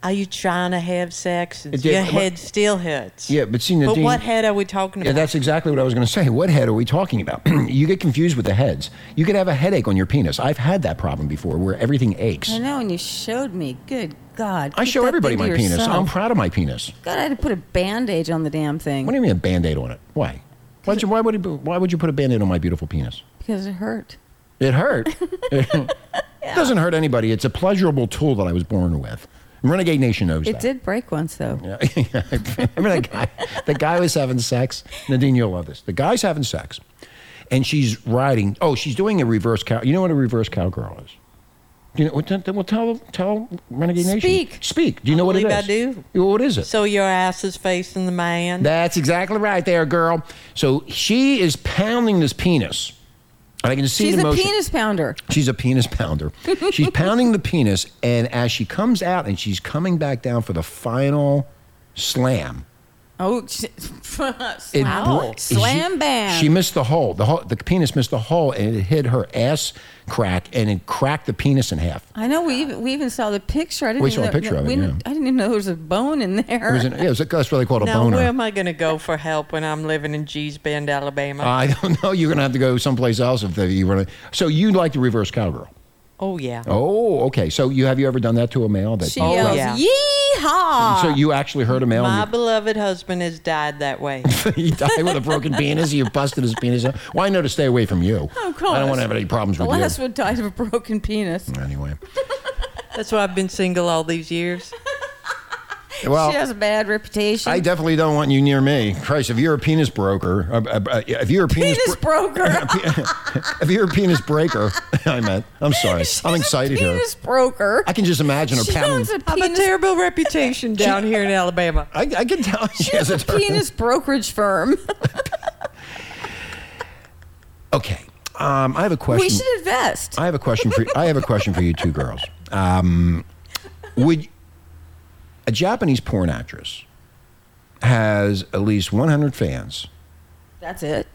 S5: are you trying to have sex?
S2: It
S5: Is
S2: did-
S5: your
S2: what-
S5: head still hurts?"
S2: Yeah, but see,
S5: But
S2: Nadine,
S5: what head are we talking
S2: Yeah,
S5: about?
S2: that's exactly what I was going to say. What head are we talking about? (clears throat) you get confused with the heads. You could have a headache on your penis. I've had that problem before, where everything aches.
S3: I know, and you showed me. Good God!
S2: I
S3: keep
S2: show
S3: that
S2: everybody
S3: thing
S2: my
S3: to
S2: penis.
S3: yourself.
S2: I'm proud of my penis.
S3: God, I had to put a band-aid on the damn thing.
S2: What do you mean a band aid on it? Why? Why'd you, why would he, Why would you put a band-aid on my beautiful penis?
S3: because it hurt.
S2: It
S3: (laughs)
S2: hurt. it doesn't hurt anybody. It's a pleasurable tool that I was born with. Renegade Nation knows
S3: It
S2: that.
S3: did break once though.
S2: Yeah. (laughs) Remember that guy? The guy was having sex. Nadine, you'll love this. The guy's having sex, and she's riding. Oh, she's doing a reverse cow. You know what a reverse cowgirl is? You know, well, tell, well, tell, tell Renegade Nation.
S5: Speak.
S2: Speak. Do you know what it is?
S5: believe I do.
S2: Well, What is it?
S5: So your ass is facing the man.
S2: That's exactly right there, girl. So she is pounding this penis. And I can see
S3: She's
S2: the
S3: a
S2: motion.
S3: penis pounder.
S2: She's a penis
S3: (laughs)
S2: pounder. She's pounding the penis, and as she comes out and she's coming back down for the final slam,
S3: Oh, (laughs) she,
S2: it
S3: slam,
S2: bro-
S3: slam
S2: she-
S3: bam.
S2: She missed the hole. The hole, the penis missed the hole, and it hit her ass crack, and it cracked the penis in half.
S3: I know we even we even saw the picture. I didn't
S2: Oh, We saw
S3: even
S2: a
S3: know,
S2: picture of it,
S3: we-
S2: yeah.
S3: I didn't even know there was a bone in there.
S2: It was an, yeah, it was, that's what they called a
S5: now,
S2: boner.
S5: where am I going to go for help when I'm living in G's Bend, Alabama?
S2: I don't know. You're gonna have to go someplace else if you run. it. So you like the reverse cowgirl?
S5: oh, yeah.
S2: Oh, okay. So you have you ever done that to a male? That
S3: (laughs) she uh, yells,
S5: yeah.
S3: "Yeehaw!"
S2: Oh, (laughs) So you actually hurt a male? and
S5: My
S2: you-
S5: beloved husband has died
S2: (laughs)
S5: that way.
S2: he died with a broken penis. You busted his penis. out. Well, I know to stay away from you.
S3: Of course.
S2: I don't want to have any problems
S3: the
S2: with
S3: last one died of a broken penis.
S2: you. Anyway,
S5: That's why I've been single all these years.
S2: well,
S3: (laughs) she has a bad reputation.
S2: I definitely don't want you near me. Christ, if you're a penis broker, uh, uh, uh, if you're a penis,
S3: penis
S2: (laughs)
S3: broker.
S2: if you're a penis breaker, (laughs) I meant. I'm
S3: (laughs)
S2: sorry. I'm excited here.
S3: penis broker.
S2: I can just imagine her
S3: She
S2: pounding.
S3: owns a
S5: I have a
S3: penis.
S5: terrible reputation down here in Alabama.
S2: I, I can tell (laughs) she has a turn.
S3: penis brokerage firm.
S2: Okay. Um, I have a question.
S3: We should invest.
S2: I have a question for I have a question for you two girls. Um, would a Japanese porn actress has at least 100 fans
S3: That's it.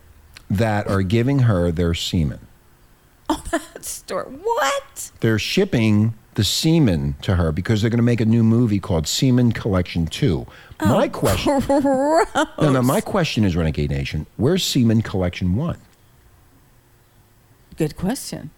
S2: that are giving her their semen.
S3: Store. What? (laughs)
S2: They're shipping the semen to her because they're going to make a new movie called Semen Collection 2. my question No, no, my question is Renegade Nation, where's Semen Collection 1?
S3: Good question.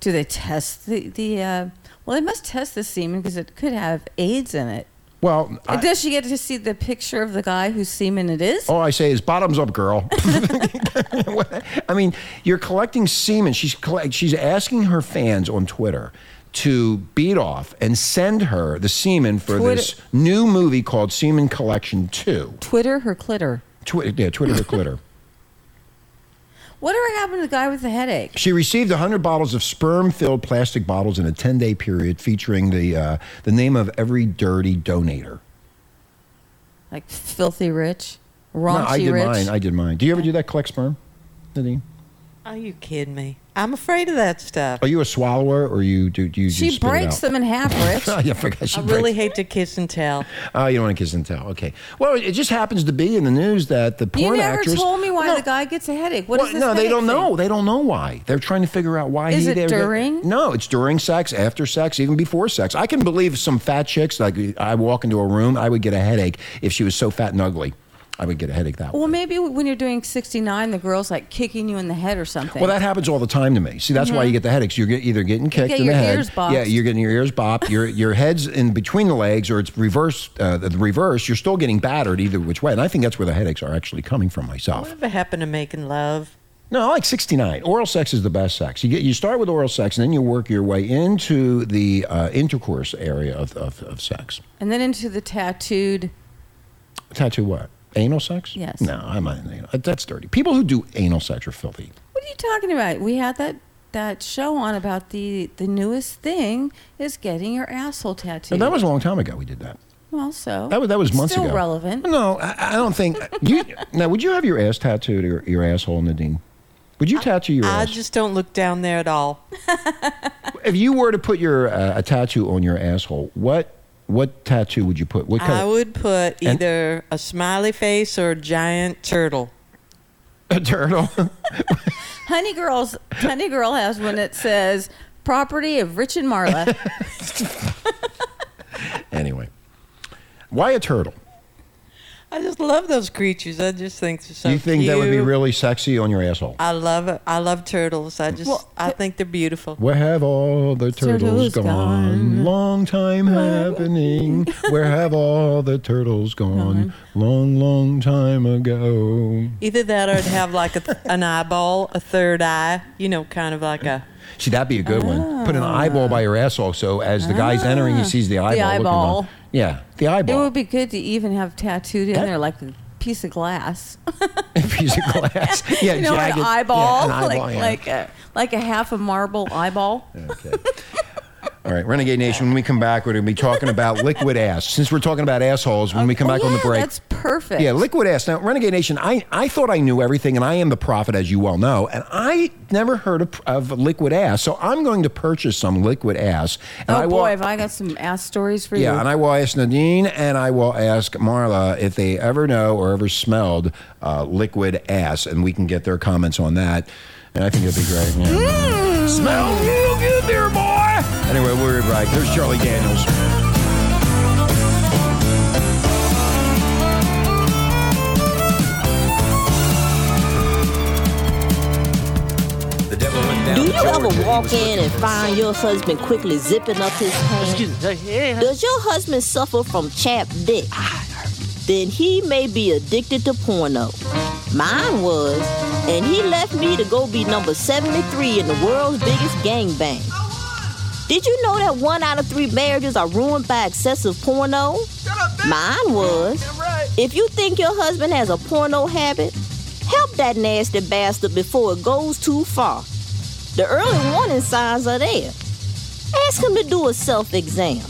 S3: Do they test the the? Uh, well, they must test the semen because it could have AIDS in it.
S2: Well, I-
S3: And Does she get to see the picture of the guy whose semen it is?
S2: All I say is bottoms up, girl. (laughs) I mean, you're collecting semen. She's collect, she's asking her fans on Twitter to beat off and send her the semen for
S3: Twitter-
S2: this new movie called Semen Collection Two.
S3: Twitter her clitter.
S2: Twitter, yeah, Twitter the
S3: (laughs)
S2: glitter.
S3: Whatever happened to the guy with the headache?
S2: She received 100 bottles of sperm-filled plastic bottles in a 10-day period, featuring the uh, the name of every dirty donator.
S3: Like filthy rich,
S2: No,
S3: raunchy
S2: I did
S3: rich.
S2: mine. I did mine. Do you ever do that? Collect sperm, Nadine?
S5: Are you kidding me? I'm afraid of that stuff.
S2: Are Oh, you a swallower, or you do do you?
S3: she
S2: just spit it
S3: breaks
S2: out?
S3: them in half,
S2: (laughs)
S3: Rich.
S2: Oh, yeah, I forgot she
S5: I
S2: breaks
S5: really hate to kiss and tell.
S2: Oh, you don't want to kiss and tell. Okay. Well, it just happens to be in the news that the
S3: you
S2: porn
S3: never
S2: actress.
S3: told me why
S2: No,
S3: the guy gets a headache. What
S2: well,
S3: is this?
S2: no, they
S3: headache
S2: don't
S3: thing?
S2: know. They don't know why. They're trying to figure out why.
S3: Is
S2: he
S3: it
S2: did-
S3: during?
S2: No, it's during sex, after sex, even before sex. I can believe some fat chicks. Like I walk into a room, I would get a headache if she was so fat and ugly. I would get a headache that
S3: Well,
S2: way.
S3: maybe when you're doing 69, the girl's like kicking you in the head or something.
S2: Well, that happens all the time to me. See, that's why you get the headaches. You're get, either getting kicked
S3: Mm-hmm. get
S2: in
S3: your
S2: the head.
S3: ears bopped.
S2: Yeah, you're getting your ears
S3: (laughs)
S2: bopped. your your head's in between the legs, or it's reverse. Uh, the reverse. You're still getting battered either which way, and I think that's where the headaches are actually coming from myself.
S5: Whatever happened to making love?
S2: No, I like 69. Oral sex is the best sex. You get you start with oral sex, and then you work your way into the uh, intercourse area of, of, of sex.
S3: and then into the tattooed.
S2: Tattoo what? Anal sex?
S3: Yes.
S2: No, I'm not. Anal. That's dirty. People who do anal sex are filthy.
S3: What are you talking about? We had that that show on about the the newest thing is getting your asshole tattooed.
S2: And that was a long time ago. We did that.
S3: well, so
S2: That was that was months
S3: still
S2: ago.
S3: relevant.
S2: No, I, I don't think you. now, would you have your ass tattooed or your asshole, Nadine? Would you tattoo your
S5: I
S2: ass?
S5: just don't look down there at all.
S2: if you were to put your uh, a tattoo on your asshole, what what tattoo would you put? What kind?
S5: I
S2: of,
S5: would put
S2: And-
S5: either a smiley face or a giant turtle.
S2: (laughs) a turtle. (laughs)
S3: Honey girls, honey girl has one that says property of Rich and
S2: (laughs)
S3: Marla.
S2: anyway, why a turtle?
S5: I just love those creatures. I just think they're so
S2: you think that would be
S5: cute.
S2: really sexy on your asshole?
S5: I love it. I love turtles. I just I think they're beautiful.
S2: Where have all the turtles,
S5: Turtles
S2: gone? Long time
S5: (laughs)
S2: happening. Where have all the turtles gone? Long, long time ago.
S5: Either that or it'd have like a th- an eyeball, a third eye, you know, kind of like a
S2: See, that'd be a good one. Put an eyeball by your asshole, so as the guy's entering, he sees the eyeball. looking
S3: Ah, eyeball.
S2: on- Yeah, the
S3: It
S2: eyeball.
S3: would be good to even have tattooed in there like a piece of glass.
S2: (laughs) piece of glass.
S3: (laughs)
S2: Yeah,
S3: you know,
S2: jagged.
S3: an
S2: Yeah,
S3: eyeball,
S2: an eyeball,
S3: (laughs) like
S2: yeah.
S3: like a, like a half a marble eyeball.
S2: All right, Renegade Nation. When we come back, we're going to be talking about
S3: (laughs)
S2: liquid ass. Since we're talking about assholes, when we come back on the break,
S3: That's perfect.
S2: Yeah, liquid ass. Now, Renegade Nation, I, I thought I knew everything, and I am the prophet, as you well know. And I never heard of, of liquid ass, so I'm going to purchase some liquid ass. And
S3: oh
S2: I
S3: boy,
S2: will,
S3: have I got some ass stories for you?
S2: yeah, and I will ask Nadine and I will ask Marla if they ever know or ever smelled uh, liquid ass, and we can get their comments on that. And I think it'd be great. Yeah. Mm. Smell real good there, boy. Anyway, we're right. There's Charlie Daniels.
S11: The devil went down
S12: Do
S11: to
S12: you ever
S11: Georgia. He
S12: walk
S11: was
S12: in
S11: looking
S12: and
S11: for
S12: find your husband quickly zipping up his pants? Does your husband suffer from chap dick? Then he may be addicted to porno. Mine was, and he left me to go be number 73 in the world's biggest gangbang. Did you know that one out of three marriages are ruined by excessive porno? Mine was. If you think your husband has a porno habit, help that nasty bastard before it goes too far. The early warning signs are there. Ask him to do a self exam.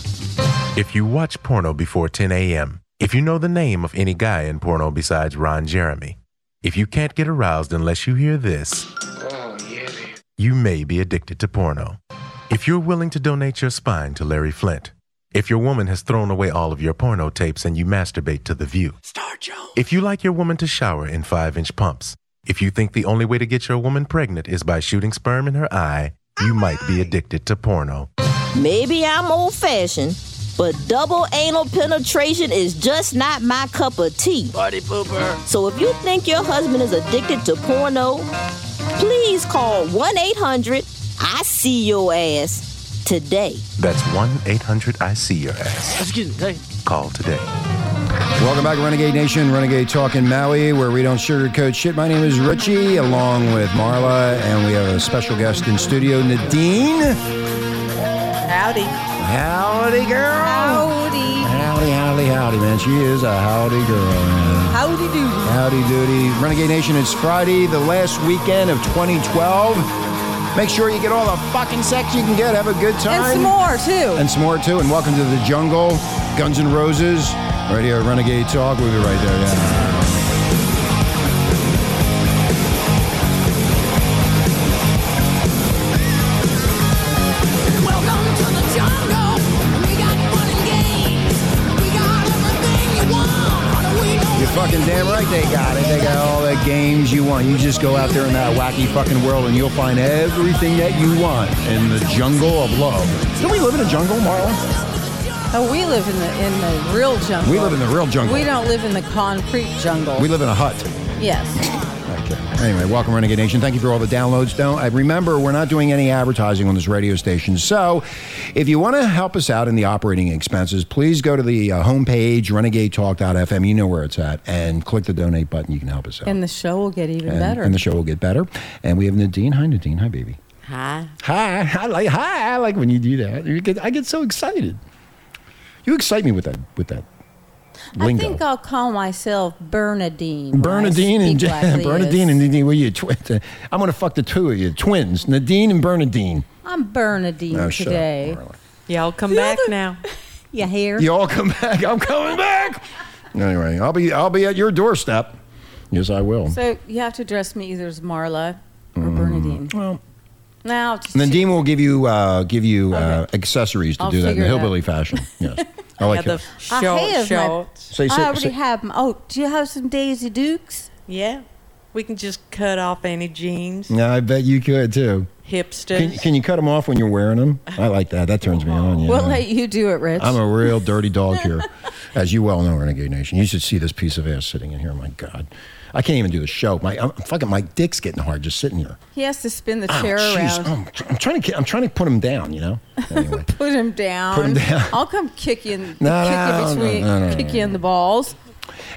S13: If you watch porno before 10 a.m., if you know the name of any guy in porno besides Ron Jeremy, if you can't get aroused unless you hear this, you may be addicted to porno. If you're willing to donate your spine to Larry Flint, if your woman has thrown away all of your porno tapes and you masturbate to the view, Star Jones. if you like your woman to shower in five inch pumps, if you think the only way to get your woman pregnant is by shooting sperm in her eye, you might be addicted to porno.
S12: Maybe I'm old fashioned, but double anal penetration is just not my cup of tea. Party pooper. So if you think your husband is addicted to porno, please call 1 800 I see your ass today.
S13: That's 1 800 I See Your Ass. Call today.
S2: Welcome back, Renegade Nation, Renegade Talk in Maui, where we don't sugarcoat shit. My name is Richie, along with Marla, and we have a special guest in studio, Nadine.
S5: howdy.
S2: Howdy, girl.
S3: Howdy.
S2: Howdy, howdy, howdy, man. She is a howdy girl, man.
S3: Howdy doody.
S2: Howdy doody. Renegade Nation, it's Friday, the last weekend of 2012. Make sure you get all the fucking sex you can get. Have a good time.
S3: And some more too.
S2: And some more, too. And welcome to the jungle, Guns N' Roses, right here at Renegade Talk. We'll be right there, yeah. You're fucking damn right they got it. They got all the games you want. You just go out there in that wacky fucking world and you'll find everything that you want in the jungle of love. Don't we live in a jungle, Marla?
S3: Oh, we live in the in the real jungle.
S2: We live in the real jungle.
S3: We don't live in the concrete jungle.
S2: We live in a hut.
S3: Yes.
S2: Anyway, welcome Renegade Nation. Thank you for all the downloads. Don't I remember we're not doing any advertising on this radio station. So, if you want to help us out in the operating expenses, please go to the uh, homepage renegadetalk.fm. You know where it's at, and click the donate button. You can help us out,
S3: And the show will get even
S2: and,
S3: better.
S2: and the show will get better. And we have Nadine. Hi, Nadine. Hi, baby.
S5: Hi.
S2: Hi. I like. Hi. I like when you do that. You get, I get so excited. You excite me with that. With that.
S3: I
S2: Lingo.
S3: think I'll call myself Bernadine.
S2: Bernadine and
S3: speak like Leah
S2: Bernadine and Nadine. Well, you twi- (laughs) I'm gonna fuck the two of you, twins, Nadine and Bernadine.
S3: I'm Bernadine
S2: Oh, shut up,
S3: today.
S5: Y'all come back now.
S3: You here?
S2: You all come back. I'm coming back. Anyway, I'll be I'll be at your doorstep. Yes, I will.
S3: So you have to address me either as Marla or
S2: Mm.
S3: Bernadine.
S2: Well,
S3: now just
S2: Nadine will give you uh, give you uh, accessories to
S3: I'll
S2: do that in
S3: figure
S2: the
S3: it
S2: hillbilly
S3: out. (laughs)
S2: fashion. Yes, I like
S5: Yeah,
S2: it.
S5: the short-
S3: I have my-
S5: short.
S2: Say-
S3: I
S2: say-
S3: already
S2: say-
S3: have. My, oh, do you have some Daisy Dukes?
S5: Yeah. We can just cut off any jeans.
S2: Yeah, I bet you could too.
S5: Hipsters.
S2: Can, Mm. can you cut them off when you're wearing them? I like that. That turns me on. Yeah.
S3: We'll let you do it, Rich.
S2: I'm a real dirty dog here, as you well know, Renegade Nation. You should see this piece of ass sitting in here. My God, I can't even do the show. My I'm, fucking my dick's getting hard just sitting here.
S3: he has to spin the
S2: Ow,
S3: chair
S2: jeez. Oh,
S3: around.
S2: I'm, tr- I'm trying to get- I'm trying to put him down. You know. Anyway. (laughs)
S3: Put him down.
S2: Put him down.
S3: (laughs) I'll come kick you in,
S2: No, no,
S3: kick you between,
S2: no, no, no,
S3: kick
S2: no.
S3: you in the balls.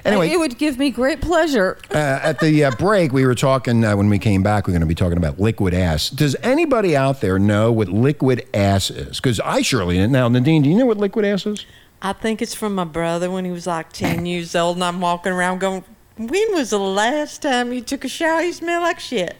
S2: Anyway-
S3: it would give me great pleasure.
S2: uh, at the uh, break, we were talking uh, when we came back. We're going to be talking about liquid ass. Does anybody out there know what liquid ass is? Because I surely didn't. Now, Nadine, do you know what liquid ass is?
S5: I think it's from my brother when he was like 10 years old, and I'm walking around going, When was the last time you took a shower? You smell like shit.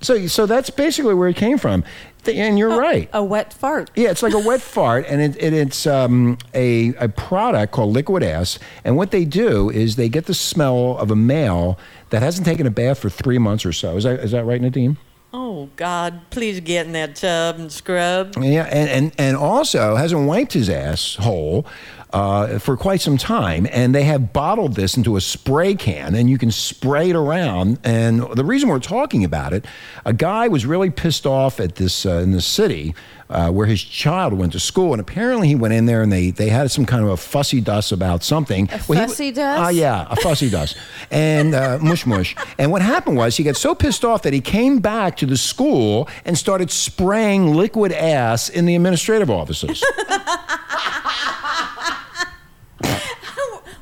S2: So, so that's basically where it came from. Th- And
S3: Oh.
S2: you're right.
S3: A wet fart.
S2: Yeah, it's like a wet fart, and it, it, it's um, a, a product called liquid ass. And what they do is they get the smell of a male that hasn't taken a bath for three months or so. Is that, is that right, Nadine?
S5: Oh, God, please get in that tub and scrub.
S2: Yeah, and, and, and also hasn't wiped his ass whole uh, for quite some time. And they have bottled this into a spray can, and you can spray it around. And the reason we're talking about it, a guy was really pissed off at this uh, in the city uh, where his child went to school, and apparently he went in there and they they had some kind of a fussy dust about something.
S3: A
S2: he-
S3: fussy dust?
S2: Ah, yeah, a fussy dust, and uh, (laughs) mush mush. And what happened was he got so pissed off that he came back to the school and started spraying liquid ass in the administrative
S3: (laughs)
S2: offices.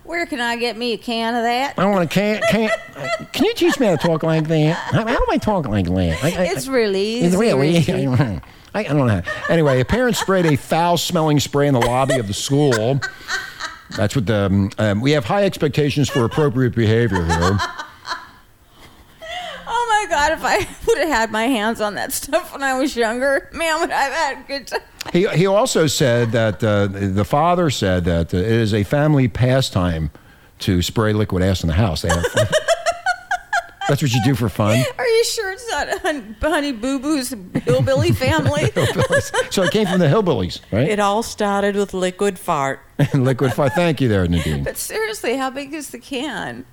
S3: Where can I get me a can of that?
S2: I want to can can can you teach me how to talk like that? How, how do I talk like that? I, I-
S3: It's really easy.
S2: It's really.
S3: Ricky.
S2: I, I don't know. Anyway, a parent sprayed a foul-smelling spray in the lobby of the school. That's what the um, um, we have high expectations for appropriate behavior here.
S3: Oh my God, if I (laughs) would have had my hands on that stuff when I was younger, man, would I have had a good time.
S2: He he also said that uh, the father said that uh, it is a family pastime to spray liquid ass in the house. They have fun. (laughs) That's what you do for fun.
S3: (laughs) Are you sure it's not Hun- Honey Boo Boo's
S2: (laughs)
S3: hillbilly family?
S2: So it came from the hillbillies, right? (laughs)
S5: It all started with liquid fart.
S2: liquid fire. Thank you, there, Nadine.
S3: (laughs) but seriously, how big is the can?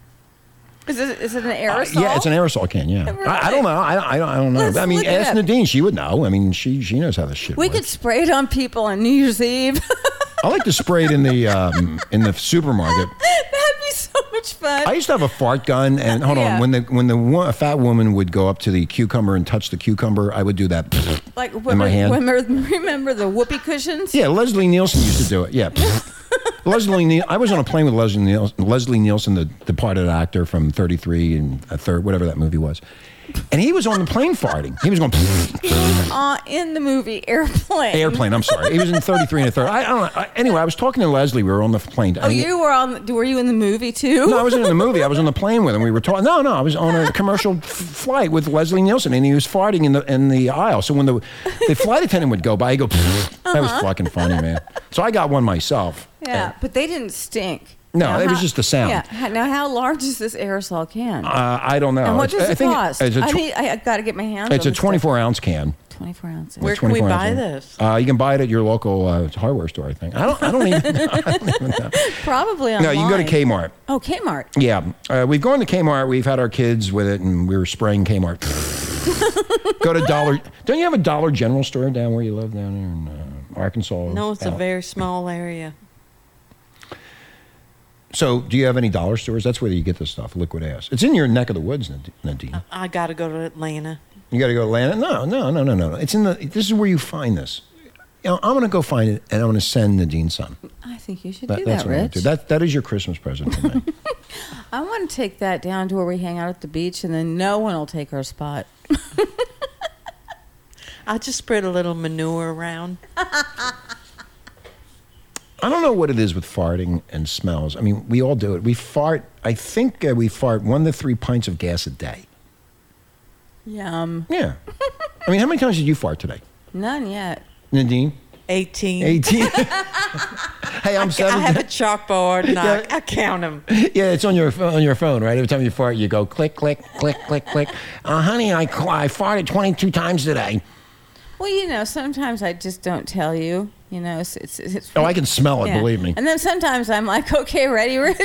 S3: Is it, is it an aerosol?
S2: Uh, Yeah, it's an aerosol can. Yeah, I, I don't know. I, I don't. I don't know.
S3: Let's
S2: I mean,
S3: look it
S2: ask
S3: up.
S2: Nadine. She would know. I mean, she she knows how this shit.
S3: We
S2: works.
S3: could spray it on people on New Year's Eve. (laughs)
S2: I like to spray it in the um, in the supermarket.
S3: That'd be so much fun.
S2: I used to have a fart gun, and hold
S3: Yeah.
S2: on, when the when the wo- a fat woman would go up to the cucumber and touch the cucumber, I would do that.
S3: like
S2: in my hand.
S3: remember, remember the whoopee cushions?
S2: Yeah, Leslie Nielsen used to do it.
S3: (laughs)
S2: Yeah. Leslie Niel- I was on a plane with Leslie Nielsen, Leslie Nielsen, the departed actor from 33 and a third, whatever that movie was. And he was on the plane farting. He was going (laughs)
S3: Uh, in the movie Airplane.
S2: airplane. I'm sorry. He was in 33 and a third. I, I don't know. I- Anyway, I was talking to Leslie. We were on the plane.
S3: Oh, you were on. Were you in the movie too?
S2: No, I wasn't in the movie. I was on the plane with him. We were talking. No, no, I was on a commercial f- flight with Leslie Nielsen, and he was farting in the in the aisle. So when the the flight attendant would go by, he go, "That was fucking funny, man." So I got one myself.
S3: Yeah, but they didn't stink.
S2: No, it was just the sound.
S3: Yeah. h- Now, how large is this aerosol can?
S2: Uh, I don't know.
S3: and what
S2: It's-
S3: does
S2: I
S3: it
S2: think
S3: cost?
S2: It's a,
S3: Oh, I
S2: tw-
S3: need. I, I got to get my hands.
S2: it's
S3: on
S2: a 24 ounce can.
S3: Twenty-four ounces.
S2: Yeah, 24 ounce can. Uh, you can buy it at your local uh, hardware store, I think. I don't. I don't even.
S3: Probably online.
S2: no, you can go to Kmart.
S3: Oh, Kmart.
S2: Yeah, uh, we've gone to Kmart. We've had our kids with it, and we were spraying
S5: (laughs)
S2: Kmart. Go to Dollar. Don't you have a Dollar General store down where you live down there in uh, Arkansas? or
S5: No, it's a
S2: Al-
S5: very small area.
S2: so, do you have any dollar stores? That's where you get this stuff, liquid ass. It's in your neck of the woods, Nad- Nadine.
S5: I got to go to Atlanta.
S2: You got to go to Atlanta. No, no, no, no, no. no. It's in the. This is where you find this. You know, I'm going to go find it, and I'm going to send Nadine some.
S3: I think you should
S2: That-
S3: do
S2: that's
S3: that,
S2: what I'm gonna
S3: Rich.
S2: do. That that is your Christmas present for
S5: (laughs)
S2: me.
S3: I want to take that down to where we hang out at the beach, and then no one will take our spot.
S5: I just spread a little manure around.
S2: I don't know what it is with farting and smells. I mean, we all do it. We fart. I think uh, we fart one to three pints of gas a day.
S3: Yum.
S2: Yeah. (laughs) I mean, how many times did you fart today,
S3: None yet.
S2: Nadine?
S5: 18.
S2: Eighteen. (laughs) hey, I'm
S5: I
S2: seven.
S5: have a chalkboard and I,
S2: (laughs) Yeah.
S5: I count them.
S2: yeah, it's on your on your phone, right? Every time you fart, you go click, click, click, click, click. Uh, honey, I cl- I farted 22 times today.
S3: Well, you know, sometimes I just don't tell you. You know, it's, it's, it's
S2: Oh, I can smell it, believe me.
S3: And then sometimes I'm like, okay, ready, Rich. (laughs)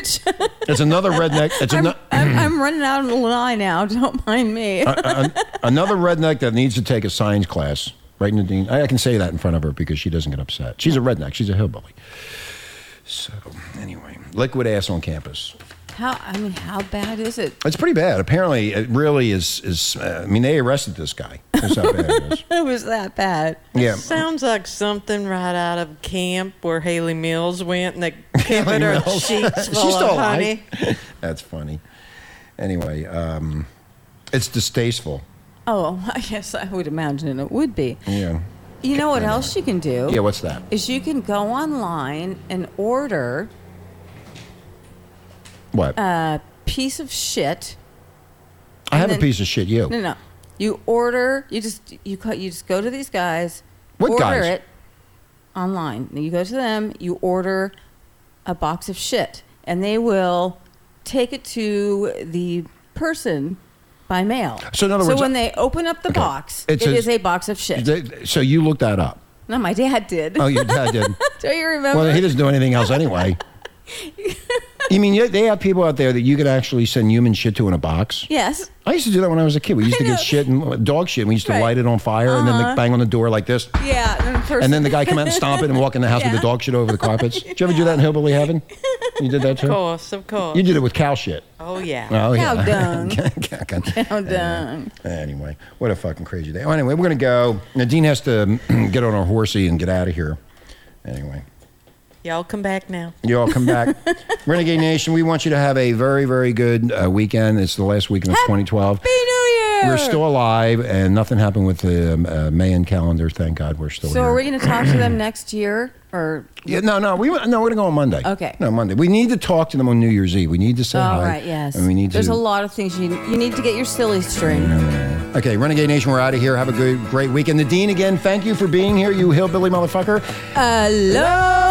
S2: It's another redneck.
S5: (laughs)
S2: It's ano- (clears throat)
S3: I'm, I'm running out of the line now. (laughs) Don't mind me.
S2: a- a- an- another redneck that needs to take a science class. Right, Nadine? I, I can say that in front of her because she doesn't get upset. She's a redneck. She's a hillbilly. So anyway, liquid ass on campus.
S3: (laughs) how I mean, how bad is it? (laughs)
S2: It's pretty bad. Apparently, it really is. Is uh, I mean, they arrested this guy. That's how bad it is.
S3: (laughs) it was that bad.
S2: Yeah.
S5: Sounds like something right out of camp where Haley Mills
S2: (laughs)
S5: went and they covered her
S2: Mills.
S5: cheeks
S2: She's
S5: full
S2: still
S5: of
S2: alive.
S5: honey.
S2: (laughs) That's funny. Anyway, um, it's distasteful.
S3: Oh, yes, I would imagine it would be.
S2: Yeah.
S3: You know what else you can do?
S2: Yeah. What's that?
S3: Is you can go online and order
S2: What?
S3: a piece of shit.
S2: I have
S3: Uh, and
S2: a
S3: then-
S2: piece of shit. You.
S3: No, no. You order. You just you cut. You just go to these guys.
S2: What
S3: order
S2: guys?
S3: it online. You go to them. You order a box of shit, and they will take it to the person by mail.
S2: So in other words-
S3: when they open up the box,
S2: It
S3: it
S2: says-
S3: is a box of shit.
S2: They- So you looked that up.
S3: no, my dad did.
S2: Oh, your dad did.
S3: (laughs) Do you remember?
S2: well, he doesn't do anything else
S3: (laughs)
S2: anyway. you mean you- they have people out there that you could actually send human shit to in a box?
S3: yes.
S2: I used to do that when I was a kid. We used to get shit and uh, dog shit. and We used to
S3: Right.
S2: light it on fire and then
S3: Uh-huh.
S2: they bang on the door like this.
S3: Yeah. And then,
S2: And then the guy come out and stomp it and walk in the house with the dog shit over the
S3: (laughs)
S2: carpets. Did you ever do that in Hillbilly Heaven? You did that
S5: Of
S2: too?
S5: course, of course.
S2: You did it with cow shit.
S5: Oh yeah.
S2: Oh, yeah.
S3: Cow
S2: (laughs)
S3: dung.
S2: Cow dung.
S3: Cow dung.
S2: Anyway, what a fucking crazy day. Oh, anyway, we're going to go. Nadine has to (clears throat) get on her horsey and get out of here. Anyway,
S5: Y'all come back now.
S2: you all come
S3: (laughs)
S2: back. Renegade Nation, we want you to have a very, very good uh, weekend. It's the last weekend of 2012.
S3: Happy New Year.
S2: We're still alive, and nothing happened with the um, uh, Mayan calendar. Thank God we're still
S3: So
S2: here.
S3: are we going to talk to
S2: (clears throat)
S3: them next year or?
S2: Yeah, no, no, we no, we're gonna go on Monday.
S3: Okay.
S2: No, Monday. We need to talk to them on New Year's Eve. We need to say
S3: All right.
S2: hi.
S3: yes.
S2: And we need
S3: There's
S2: to.
S3: a lot of things you you need to get your silly string.
S2: Okay, Renegade Nation, we're out of here. Have a good, great weekend. The Dean again. Thank you for being here, you hillbilly motherfucker.
S3: Hello.